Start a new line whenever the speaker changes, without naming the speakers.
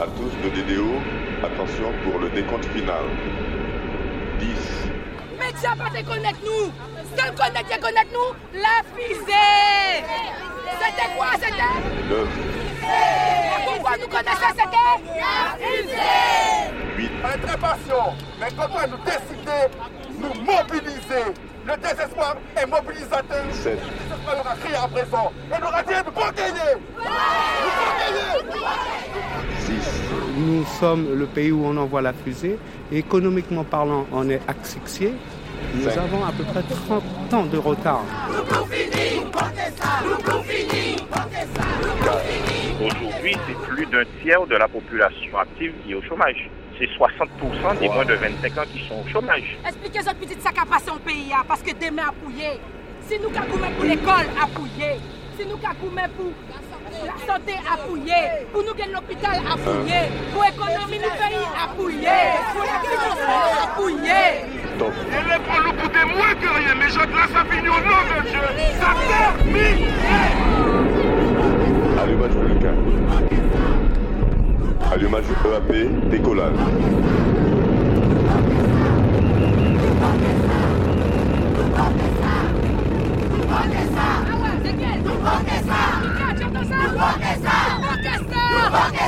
à tous de DDO, attention pour le décompte final. 10,
Mais tiens, pas déconnecte nous Seul connecte qui connecte nous, la fusée C'était quoi, c'était
9,
Et pourquoi nous connaissons, c'était La fusée
8,
On est très patient, mais quand on nous décider, nous mobiliser. Le désespoir est mobilisateur.
7,
On aura crié à présent. On aura dit nous faut gagner. Nous faut gagner.
6,
Nous sommes le pays où on envoie la fusée. Et économiquement parlant, on est asphyxié. Nous
Cinq.
avons à peu près 30 ans de retard.
4,
Aujourd'hui, c'est plus d'un tiers de la population active qui est au chômage. C'est 60% des
Wow.
moins de 25 ans qui sont au chômage.
Expliquez cette petite sac à passer au pays, hein, parce que demain, à pouiller. Si nous cagoumons pour l'école, à pouiller. Si nous cagoumons pour la santé, à pouiller. Pour nous gagner l'hôpital, à pouiller. Pour l'économie du pays, à pouiller. Pour la finance, à pouiller.
top.
ne prend nous coûter moins que rien, mais je là, ça finit au nom de Dieu. Ça termine.
Allumage vulcain. Allumage EAP, décollage.
Ah ouais, c'est quel? Nous votons ça! Nous votons ça! Nous votons ça! Nous votons ça!